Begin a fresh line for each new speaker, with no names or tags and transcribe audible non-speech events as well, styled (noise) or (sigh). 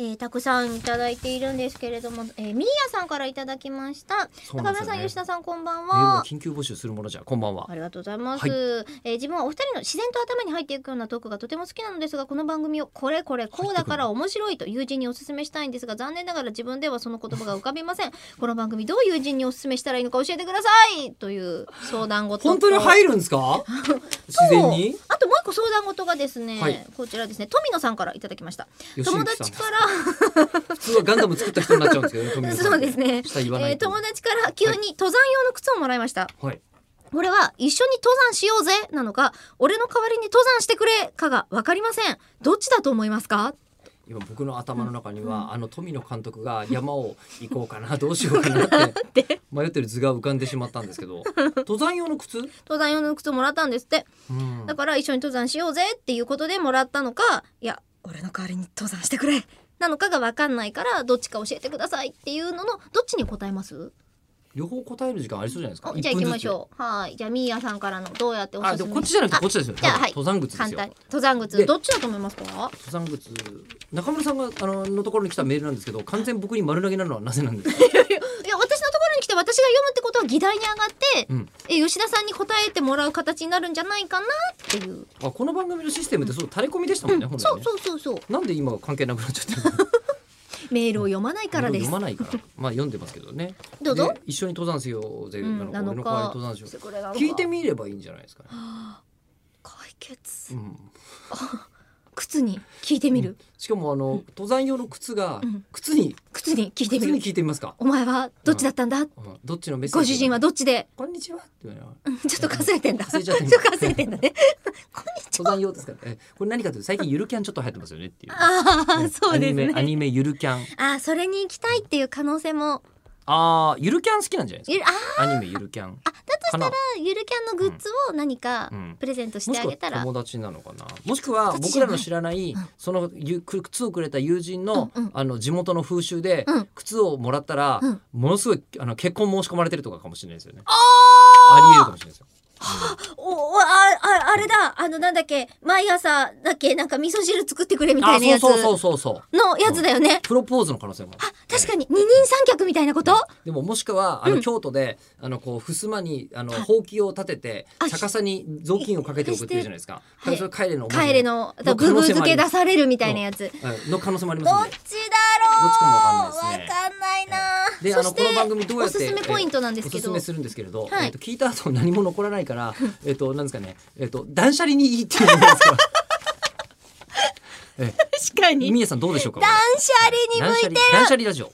えーたくさんいただいているんですけれども、えー、ミーヤさんからいただきました、
そうな
中村
んです
さ
よ
ん
ね
吉田さんこんばん
メール
は
を緊急募集するものじゃこんばんは
ありがとうございます、
はい
えー自分はお二人の自然と頭に入っていくようなトークがとても好きなのですがこの番組をこれこれこうだから面白いと友人にお勧めしたいんですが残念ながら自分ではその言葉が浮かびませんこの番組どう友人にお勧めしたらいいのか教えてくださいという相談事と
本当に入るんですか自然に
とあともう一個相談事がですね、
はい
こちらですね富野さんからいただきました
吉
友
行さん
達から
普通はガンダム作った人になっちゃうんですけどね富野さん
そうですね、え
下言わない
ー
と
友達から急に登山用の靴をもらいました、
はい
これは一緒に登山しようぜなのか俺の代わりに登山してくれかが分かりませんどっちだと思いますか
今僕の頭の中にはあの富野監督が山を行こうかなどうしようか
(laughs)
なって迷ってる図が浮かんでしまったんですけど登山用の靴
登山用の靴もらったんですって
うん
だから一緒に登山しようぜっていうことでもらったのかいや俺の代わりに登山してくれなのかが分かんないからどっちか教えてくださいっていうののどっちに答えます
両方答える時間ありそうじゃないですか
おじゃあ行きまし
う
ょうはいじゃあみーやさんからのどうやっておすすめ
あでもこっちじゃなくてこっちですよ
じゃあはい
登山靴で
簡
すよ
単に登山靴
で
どっちだと思いますか
登山靴中村さんがあののところに来たメールなんですけど完全僕に丸投げなのはなぜなんですか
いや私のところに来て私が読むってことは議題に上がって、
うん
え吉田さんに答えてもらう形になるんじゃないかなっていう、
あこの番組のシステムってそう垂れ込みでしたもんね、本来
そう
ね
そうそうそう
なんで今は関係なくなっちゃってるの
メールを読まないからです
読まないからまあ読んでますけどね
どうぞ
で一緒に登山しようぜ
うん
なのか、俺の代わりに登山しよう
これなのか
聞いてみればいいんじゃないですかね。
解
う
決
ん、
靴に聞いてみる、
しかもあの登山用の靴が
うん
靴に
靴に聞いてみ
靴に
る
聞いてみますか。
お前はどっちだったんだ、
うんどっちのメッセー
ご
ジ？
主人はどっちで、 (laughs)
こんにちはっていうのは
うんちょっとかすれてんだ
かすれちゃってん
ち
だ
ょっとかすれてんだ
(laughs)
ねこんにち
登山用ですから。えこれ何かというと最近ゆるキャンちょっと流行ってますよねっていう。
はあ
ん
あそうです
アニメア
ね
ニメゆるキャン。
あーそれに行きたいっていう可能性も
ああゆるキャン好きなんじゃないで
ゆ
す
るあ
か。アニメゆるキャン。
あだとした
からな
ゆるキャンのグッズを何か
うん
プレゼントし
も
て
し
あ
く
げた
は
ら、
友達なのかなもしくは
友達じ
僕
ゃ
ら
ない
の知らない
うん
そのゆく靴をくれた友人の,、
うんうん
あの地元の風習で
うん
靴をもらったら、
うん
ものすごいあの結婚申し込まれてるとかかもしれないですよね。ありえるかもしれないですよ。
おおあああれだあのなんだっけ毎朝だっけなんか味噌汁作ってくれみたいなや
あ
つ
そうそうそうそうそう。
のやつだよね
プロポーズの可能性もある。
確かに二人三脚みたいなこと
でももしくはあ
う
の
ん
京都で、あのこう襖にあの
はい
ほうきを立てて
あ
逆さに雑巾をかけておくっていうじゃないですか。
してはい
それ帰れの思い出
帰れの
の
ブ
可
ブ
能性
漬
もあり
け
ま
出
す
されるみたいなやつ
うんの可能性もあり
ど
ます
っ
んで。
ちだろう
どっちかもわかんないですね
わかんないな
で
そ
あの
し
この番
て
組どうや
お
って
すすめポイントなんですけ
おすす
ど
めするんですけれど、
はい
えっと聞いた後何も残らないから、 (laughs) えっとなんですかね、えっと断捨離にいいっていうんですか。 (laughs) え
確か
え、みやさんどうでしょうか。
断捨離に向いて
断捨離断捨離ラジオ。